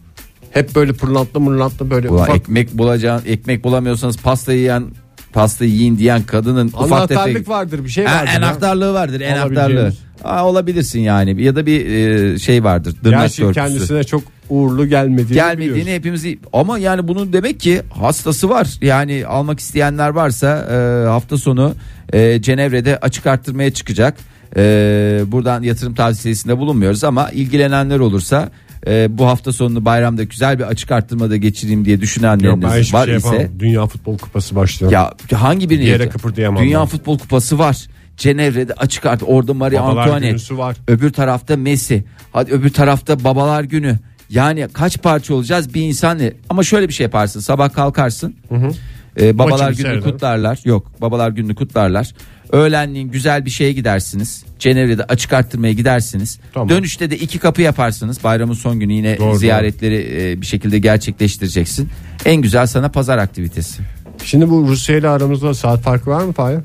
S1: Hep böyle pırlantlı mırlantlı böyle
S2: Ulan
S1: ufak.
S2: ekmek bulacağın ekmek bulamıyorsanız pasta yiyen pasta yiyin diyen kadının ufak
S1: Anahtarlık
S2: tefek
S1: vardır bir şey
S2: Ha,
S1: vardır.
S2: en
S1: ya.
S2: aktarlığı vardır en aktarlığı.
S1: Olabileceğimiz.
S2: Aa, olabilirsin yani ya da bir e, şey vardır dırnak
S1: Gerçi
S2: örtüsü.
S1: kendisine çok uğurlu gelmediğini,
S2: Gelmediğini
S1: biliyoruz.
S2: hepimiz ama yani bunun demek ki hastası var yani almak isteyenler varsa e, hafta sonu e, Cenevre'de açık arttırmaya çıkacak. E, buradan yatırım tavsiyesinde bulunmuyoruz ama ilgilenenler olursa e, bu hafta sonunu bayramda güzel bir açık arttırmada geçireyim diye
S1: Yok, ben
S2: düşünenleriniz
S1: hiçbir
S2: var
S1: şey
S2: ise
S1: yapamam. Dünya Futbol Kupası başlıyor.
S2: ya hangi birini
S1: Bir yere
S2: yatır-
S1: kıpırdayamam
S2: Dünya
S1: ben.
S2: Futbol Kupası var. Cenevre'de açık artık orada Maria
S1: Babalar
S2: Antoinette.
S1: günüsü var.
S2: Öbür tarafta Messi. Hadi öbür tarafta babalar günü. Yani kaç parça olacağız bir insan ama şöyle bir şey yaparsın. Sabah kalkarsın. Ee, babalar
S1: Maçı
S2: günü
S1: seyreder.
S2: kutlarlar. Yok, babalar gününü kutlarlar. Öğlenliğin güzel bir şeye gidersiniz. Cenevre'de açık arttırmaya gidersiniz.
S1: Tamam.
S2: Dönüşte de iki kapı yaparsınız. Bayramın son günü yine
S1: Doğru,
S2: ziyaretleri e, bir şekilde gerçekleştireceksin. En güzel sana pazar aktivitesi.
S1: Şimdi bu Rusya ile aramızda saat farkı var mı Fahir?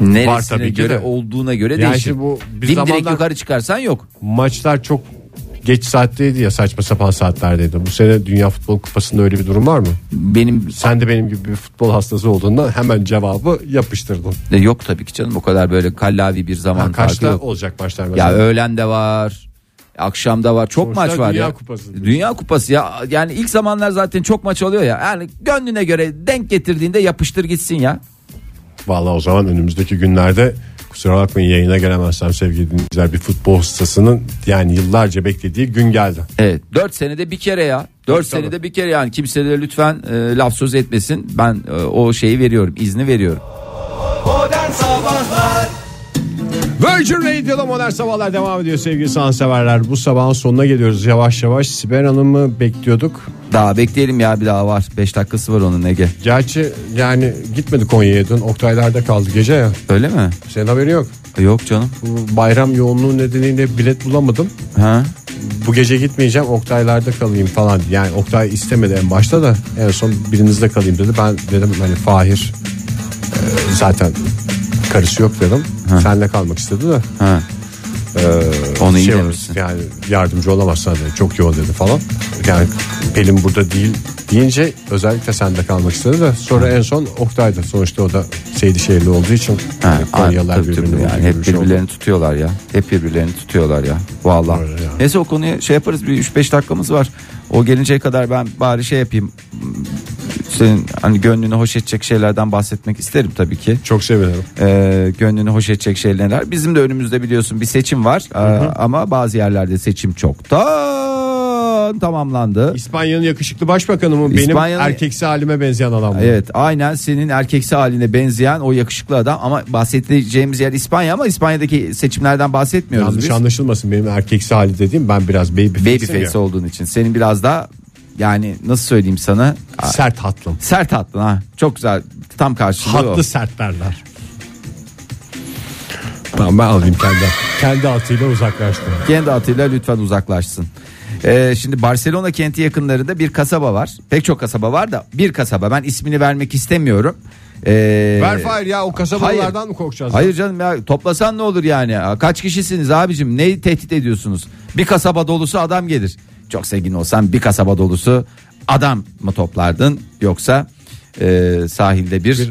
S2: Neresine
S1: tabii ki
S2: göre
S1: de.
S2: olduğuna göre
S1: Yani
S2: değişir.
S1: şimdi bu bir
S2: Dimdirek
S1: zamanlar-
S2: yukarı çıkarsan yok.
S1: Maçlar çok geç saatteydi ya saçma sapan saatlerdeydi. Bu sene Dünya Futbol Kupası'nda öyle bir durum var mı?
S2: Benim
S1: Sen de benim gibi bir futbol hastası olduğunda hemen cevabı yapıştırdın.
S2: de yok tabii ki canım o kadar böyle kallavi bir zaman
S1: Ha,
S2: farkı
S1: kaçta
S2: yok.
S1: olacak maçlar
S2: Ya
S1: mesela?
S2: öğlen de var. Akşam da var. Çok
S1: Sonuçta
S2: maç var
S1: Dünya
S2: ya.
S1: Kupası.
S2: Dünya Kupası ya. Yani ilk zamanlar zaten çok maç oluyor ya. Yani gönlüne göre denk getirdiğinde yapıştır gitsin ya.
S1: Vallahi o zaman önümüzdeki günlerde kusura bakmayın yayına gelemezsem sevgili dinleyiciler bir futbol hastasının yani yıllarca beklediği gün geldi.
S2: Evet. 4 senede bir kere ya. 4 senede bir kere yani kimse de lütfen e, laf söz etmesin. Ben e, o şeyi veriyorum, izni veriyorum.
S1: Virgin Radio'da modern sabahlar devam ediyor sevgili sanatseverler. Bu sabahın sonuna geliyoruz yavaş yavaş. Sibel Hanım'ı bekliyorduk.
S2: Daha bekleyelim ya bir daha var. 5 dakikası var onun Ege.
S1: Gerçi yani gitmedi Konya'ya dün. Oktaylar'da kaldı gece ya.
S2: Öyle mi?
S1: Senin haberin yok.
S2: Yok canım.
S1: Bu bayram yoğunluğu nedeniyle bilet bulamadım.
S2: Ha?
S1: Bu gece gitmeyeceğim Oktaylar'da kalayım falan. Yani Oktay istemedi en başta da en son birinizde kalayım dedi. Ben dedim hani Fahir e, zaten karısı yok dedim. Senle kalmak istedi de.
S2: Ha. Onu iyi
S1: şey
S2: demişsin.
S1: olur, Yani yardımcı olamazsan dedi. Çok yoğun dedi falan. Yani Pelin burada değil deyince özellikle sende kalmak istedi de sonra en son Oktay'da sonuçta o da Seydişehirli olduğu için hani
S2: Ha,
S1: yani
S2: aynen,
S1: Ee, Konyalılar
S2: tabii, tabii.
S1: birbirini
S2: yani
S1: yani
S2: hep birbirlerini tutuyorlar ya. Hep birbirlerini tutuyorlar ya. Vallahi.
S1: Öyle ya.
S2: Neyse o konuya şey yaparız bir 3-5 dakikamız var. O gelinceye kadar ben bari şey yapayım. Senin hani gönlünü hoş edecek şeylerden bahsetmek isterim tabii ki.
S1: Çok sevinirim.
S2: Ee, gönlünü hoş edecek şeyler. Bizim de önümüzde biliyorsun bir seçim var. Ee, ama bazı yerlerde seçim çoktan tamamlandı.
S1: İspanya'nın yakışıklı başbakanı mı? Benim
S2: İspanya'nın-
S1: erkeksi halime benzeyen adam mı?
S2: Evet aynen senin erkeksi haline benzeyen o yakışıklı adam ama bahsedeceğimiz yer İspanya ama İspanya'daki seçimlerden bahsetmiyoruz
S1: Yanlış
S2: biz.
S1: anlaşılmasın benim erkeksi hali dediğim ben biraz baby face'im
S2: Babyface
S1: ya.
S2: olduğun için senin biraz daha yani nasıl söyleyeyim sana a-
S1: Sert hatlım.
S2: sert hattın ha çok güzel tam karşılığı o.
S1: Hatlı sert derler. Tamam ben alayım kendi. kendi atıyla uzaklaştım.
S2: Kendi atıyla lütfen uzaklaşsın. Ee, şimdi Barcelona kenti yakınlarında bir kasaba var. Pek çok kasaba var da bir kasaba. Ben ismini vermek istemiyorum. Ee,
S1: Ver Fahir ya o kasabalardan mı korkacağız? ya?
S2: Hayır canım ya toplasan ne olur yani? Kaç kişisiniz abicim? Neyi tehdit ediyorsunuz? Bir kasaba dolusu adam gelir. Çok zengin olsan bir kasaba dolusu adam mı toplardın yoksa e, sahilde bir,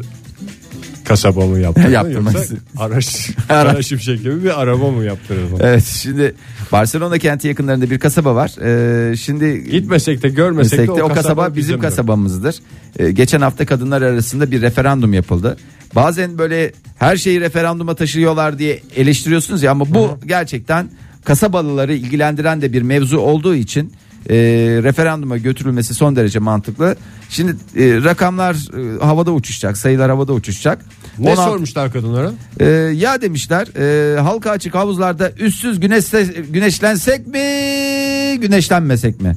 S1: Kasaba mı yaptırdın
S2: Yaptırmak
S1: yoksa
S2: istedim.
S1: araç,
S2: Ara- Ee,
S1: araç şimşek gibi bir araba mı yaptırdın?
S2: Evet şimdi Barcelona kenti yakınlarında bir kasaba var. Ee, şimdi
S1: Gitmesek de görmesek
S2: Meslekte
S1: de
S2: o kasaba bizim
S1: bizimdir.
S2: kasabamızdır. Ee, geçen hafta kadınlar arasında bir referandum yapıldı. Bazen böyle her şeyi referanduma taşıyorlar diye eleştiriyorsunuz ya ama bu gerçekten kasabalıları ilgilendiren de bir mevzu olduğu için e, referanduma götürülmesi son derece mantıklı. Şimdi e, rakamlar e, havada uçuşacak, sayılar havada uçuşacak.
S1: Ne
S2: 16
S1: sormuşlar kadınlara?
S2: e, ya demişler e, halka açık havuzlarda üstsüz güneşle, güneşlensek mi güneşlenmesek mi?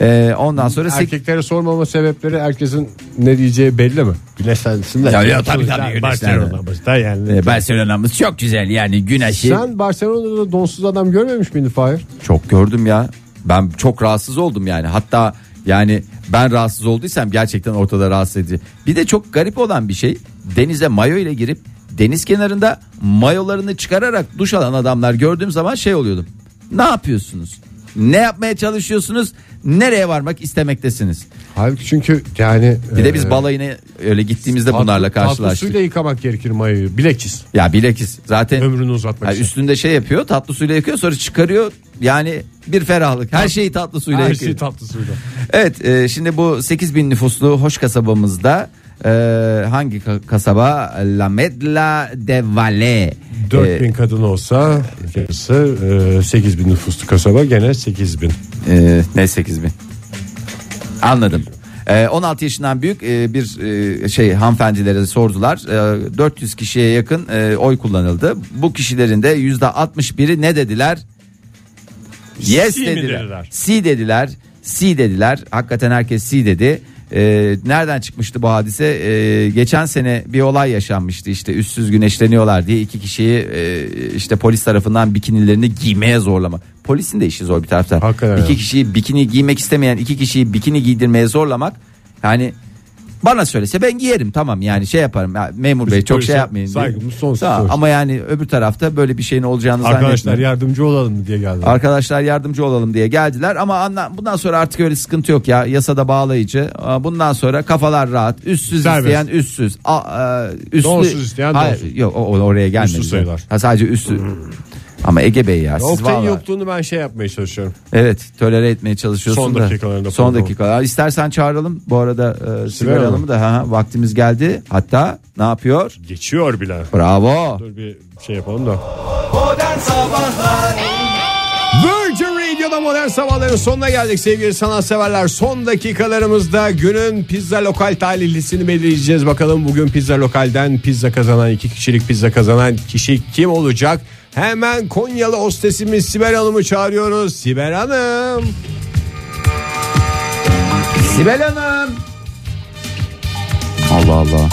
S2: E, ondan sonra sek-
S1: Erkeklere sormama sebepleri herkesin ne diyeceği belli mi? Güneşlensinler.
S2: Ya, ya, tabii, tabii,
S1: Barcelona'mızda yani.
S2: E, Barcelona'mız çok güzel yani güneşi.
S1: Sen Barcelona'da donsuz adam görmemiş miydin Fahir?
S2: Çok gördüm ya. Ben çok rahatsız oldum yani. Hatta yani ben rahatsız olduysam gerçekten ortada rahatsız edici. Bir de çok garip olan bir şey denize mayo ile girip deniz kenarında mayolarını çıkararak duş alan adamlar gördüğüm zaman şey oluyordum. Ne yapıyorsunuz? Ne yapmaya çalışıyorsunuz? Nereye varmak istemektesiniz?
S1: Halbuki çünkü yani...
S2: Bir
S1: e,
S2: de biz balayına öyle gittiğimizde
S1: tatlı-
S2: bunlarla
S1: Tatlı
S2: karşılaştık.
S1: suyla yıkamak gerekir mayoyu. Bilekçiz.
S2: Ya bilakis zaten
S1: Ömrünü uzatmak
S2: Ha,
S1: için.
S2: üstünde şey yapıyor tatlı suyla yakıyor sonra çıkarıyor yani bir ferahlık her şeyi tatlı suyla
S1: Her
S2: yakıyor.
S1: şey tatlı suyla.
S2: Evet e, şimdi bu 8000 nüfuslu hoş kasabamızda e, hangi ka- kasaba La Medla de E, Valle Ee,
S1: 4000 kadın olsa yarısı e, 8000 nüfuslu kasaba gene 8000.
S2: E, e, ne 8000 anladım Ee, 16 yaşından büyük e, bir e, şey hanımefendilere sordular. Ee, 400 kişiye yakın e, oy kullanıldı. Bu kişilerin de %61'i ne dediler? Yes
S1: Si mi
S2: dediler.
S1: dediler?
S2: Si dediler. Si dediler. Hakikaten herkes si dedi. Ee, nereden çıkmıştı bu hadise? Ee, geçen sene bir olay yaşanmıştı işte üstsüz güneşleniyorlar diye iki kişiyi e, işte polis tarafından bikinilerini giymeye zorlama. Polisin de işi zor bir taraftan.
S1: Hakikaten
S2: iki
S1: ya.
S2: kişiyi bikini giymek istemeyen iki kişiyi bikini giydirmeye zorlamak yani bana söylese ben giyerim tamam yani şey yaparım Ya memur bey çok
S1: polise
S2: şey yapmayın. diye.
S1: saygımız sonsuz
S2: Tamam,
S1: sonuçta.
S2: Ama yani öbür tarafta böyle bir şeyin olacağını
S1: Arkadaşlar
S2: zannetmiyorum.
S1: yardımcı olalım diye geldi.
S2: Arkadaşlar yardımcı olalım diye geldiler ama anla, bundan sonra artık öyle sıkıntı yok ya yasada bağlayıcı. Aa, Bundan sonra kafalar rahat. Üstsüz
S1: Serbest.
S2: isteyen üstsüz. A, a, üstlü-
S1: Donsuz isteyen
S2: Hayır,
S1: donsuz.
S2: Yok o, o- oraya gelmedi.
S1: sayılar. Hmm.
S2: Ha, sadece üstü. ama Ege Bey ya siz
S1: Oktay'ın
S2: vallahi-
S1: yokluğunu ben şey yapmaya çalışıyorum.
S2: Evet tolere etmeye çalışıyorsun
S1: Son
S2: da.
S1: dakikalarında
S2: Son
S1: program.
S2: dakikalar. İstersen çağıralım bu arada e,
S1: Sibel
S2: sigara
S1: Hanım.
S2: da ha, ha, vaktimiz geldi. Hatta ne yapıyor?
S1: Geçiyor bile.
S2: Bravo.
S1: Dur bir şey yapalım da. Virgin Radio'da modern sabahların sonuna geldik sevgili sanatseverler. Son dakikalarımızda günün pizza lokal talihlisini belirleyeceğiz. Bakalım bugün pizza lokalden pizza kazanan iki kişilik pizza kazanan kişi kim olacak? Hemen Konyalı hostesimiz Sibel Hanım'ı çağırıyoruz. Sibel Hanım.
S2: Sibel Hanım. Allah Allah.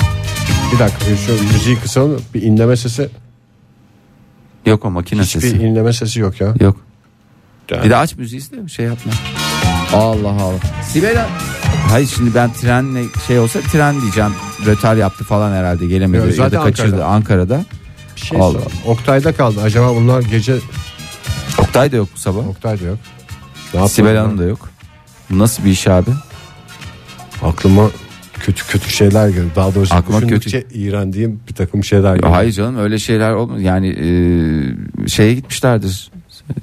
S1: Bir dakika bir şu müziği kısalım. Bir inleme sesi.
S2: Yok o makine
S1: Bir
S2: sesi.
S1: inleme sesi yok ya.
S2: Yok.
S1: Yani.
S2: Bir de aç müziği de şey yapma. Allah Allah. Sibel Han- Hayır şimdi ben trenle şey olsa tren diyeceğim. Rötar yaptı falan herhalde gelemedi.
S1: Yok,
S2: ya
S1: zaten
S2: da kaçırdı Ankara'da.
S1: Bir şey
S2: Allah.
S1: sorayım. Oktay'da kaldı. Acaba bunlar gece
S2: Oktay da yok bu sabah.
S1: Oktay'da yok. Ne yapalım
S2: Sibel
S1: ya?
S2: Hanım da yok. Bu nasıl bir iş abi?
S1: Aklıma kötü kötü şeyler geldi. Daha doğrusu
S2: Aklıma
S1: düşündükçe iğrendiğim bir takım şeyler geldi.
S2: Hayır canım öyle şeyler olmaz. Yani e, şeye gitmişlerdir.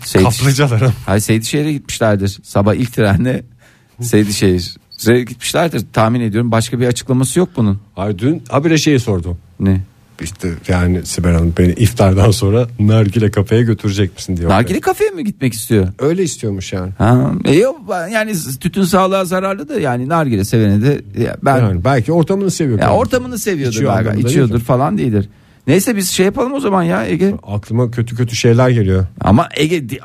S2: Seydi-
S1: Kaplıcalarım.
S2: Hayır Seydişehir'e gitmişlerdir. Sabah ilk trenle Seydişehir'e gitmişlerdir. Tahmin ediyorum başka bir açıklaması yok bunun.
S1: Hayır dün habire şeyi sordum.
S2: Ne?
S1: İşte yani Sibel Hanım beni iftardan sonra nargile kafeye götürecek misin diye.
S2: Nargile kafeye mi gitmek istiyor?
S1: Öyle istiyormuş yani.
S2: Ha, e yok, yani tütün sağlığa zararlı da yani nargile seveni de ya ben
S1: yani belki ortamını seviyor.
S2: ya
S1: Yani.
S2: ortamını seviyordur
S1: İçiyor
S2: galiba,
S1: anlamında
S2: içiyordur
S1: değil
S2: falan değildir. Neyse biz şey yapalım o zaman ya Ege.
S1: Aklıma kötü kötü şeyler geliyor.
S2: Ama Ege di-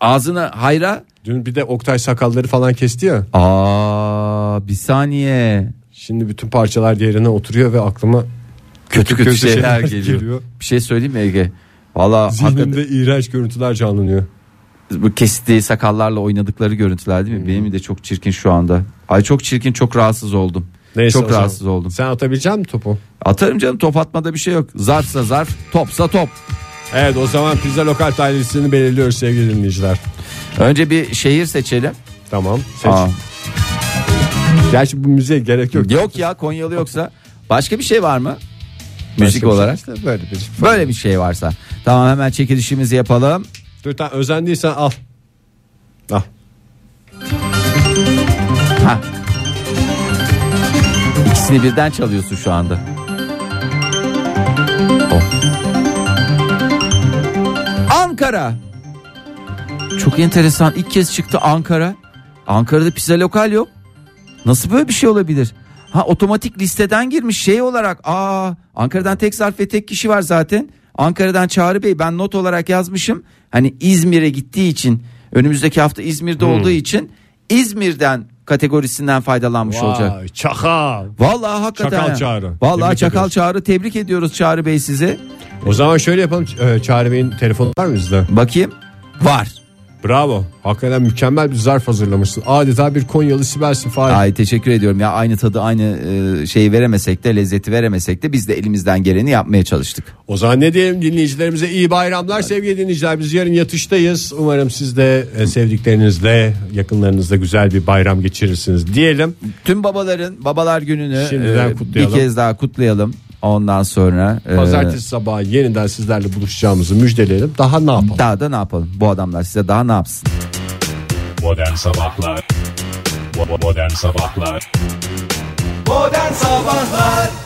S2: ağzına hayra.
S1: Dün bir de Oktay sakalları falan kesti ya.
S2: Aa bir saniye.
S1: Şimdi bütün parçalar yerine oturuyor ve aklıma
S2: Kötü kötü, şeyler, geliyor.
S1: geliyor.
S2: Bir şey söyleyeyim mi Ege? Valla
S1: zihnimde iğrenç görüntüler canlanıyor.
S2: bu kestiği sakallarla oynadıkları görüntüler değil mi? Benim de çok çirkin şu anda. Ay çok çirkin çok rahatsız oldum.
S1: Neyse o
S2: çok
S1: zaman.
S2: rahatsız oldum.
S1: Sen atabilecek misin topu?
S2: Atarım canım top atmada bir şey yok. Zarfsa zarf, topsa top.
S1: Evet o zaman pizza lokal talihlisini belirliyoruz sevgili dinleyiciler.
S2: Önce bir şehir seçelim.
S1: Tamam. Seç.
S2: Aa,
S1: Gerçi bu müziğe gerek yok.
S2: yok ya Konyalı yoksa. Başka bir şey var mı?
S1: Başka
S2: Müzik
S1: bir şey
S2: olarak.
S1: işte böyle bir.
S2: Böyle bir şey varsa. Tamam hemen çekilişimizi yapalım.
S1: Dur tamam özendiysen al. Al.
S2: Ha. İkisini birden çalıyorsun şu anda. Oh. Ankara. Çok enteresan. İlk kez çıktı Ankara. Ankara'da pizza lokal yok. Nasıl böyle bir şey olabilir? Ha otomatik listeden girmiş şey olarak. Aa Ankara'dan tek zarf ve tek kişi var zaten. Ankara'dan Çağrı Bey ben not olarak yazmışım. Hani İzmir'e gittiği için önümüzdeki hafta İzmir'de olduğu için İzmir'den kategorisinden faydalanmış şey olacak.
S1: Vay, çakal.
S2: Vallahi hakikaten.
S1: Çakal
S2: ya.
S1: Çağrı.
S2: Vallahi
S1: Tebrik
S2: Çakal
S1: ediyoruz.
S2: Çağrı tebrik ediyoruz Çağrı Bey sizi.
S1: O zaman şöyle yapalım. Ee, Çağrı Bey'in telefonu var mı bizde?
S2: Bakayım. Var.
S1: Bravo. Hakikaten mükemmel bir zarf hazırlamışsın. Adeta bir Konyalı Sibel'sin Fahir.
S2: Ay teşekkür ediyorum ya aynı tadı aynı e, şeyi veremesek de lezzeti veremesek de biz de elimizden geleni yapmaya çalıştık.
S1: O zaman ne diyelim dinleyicilerimize iyi bayramlar sevgili dinleyiciler. Biz yarın yatıştayız. Umarım siz de e, sevdiklerinizle, yakınlarınızla güzel bir bayram geçirirsiniz diyelim.
S2: Tüm babaların babalar gününü e,
S1: Şimdiden kutlayalım.
S2: bir kez daha kutlayalım. Ondan sonra e,
S1: Pazartesi sabahı yeniden sizlerle buluşacağımızı müjdeleyelim. Daha ne yapalım?
S2: daha da ne yapalım? Bu adamlar size daha ne yapsın?
S8: Modern Sabahlar Bo- bo- Modern Sabahlar
S9: Modern Sabahlar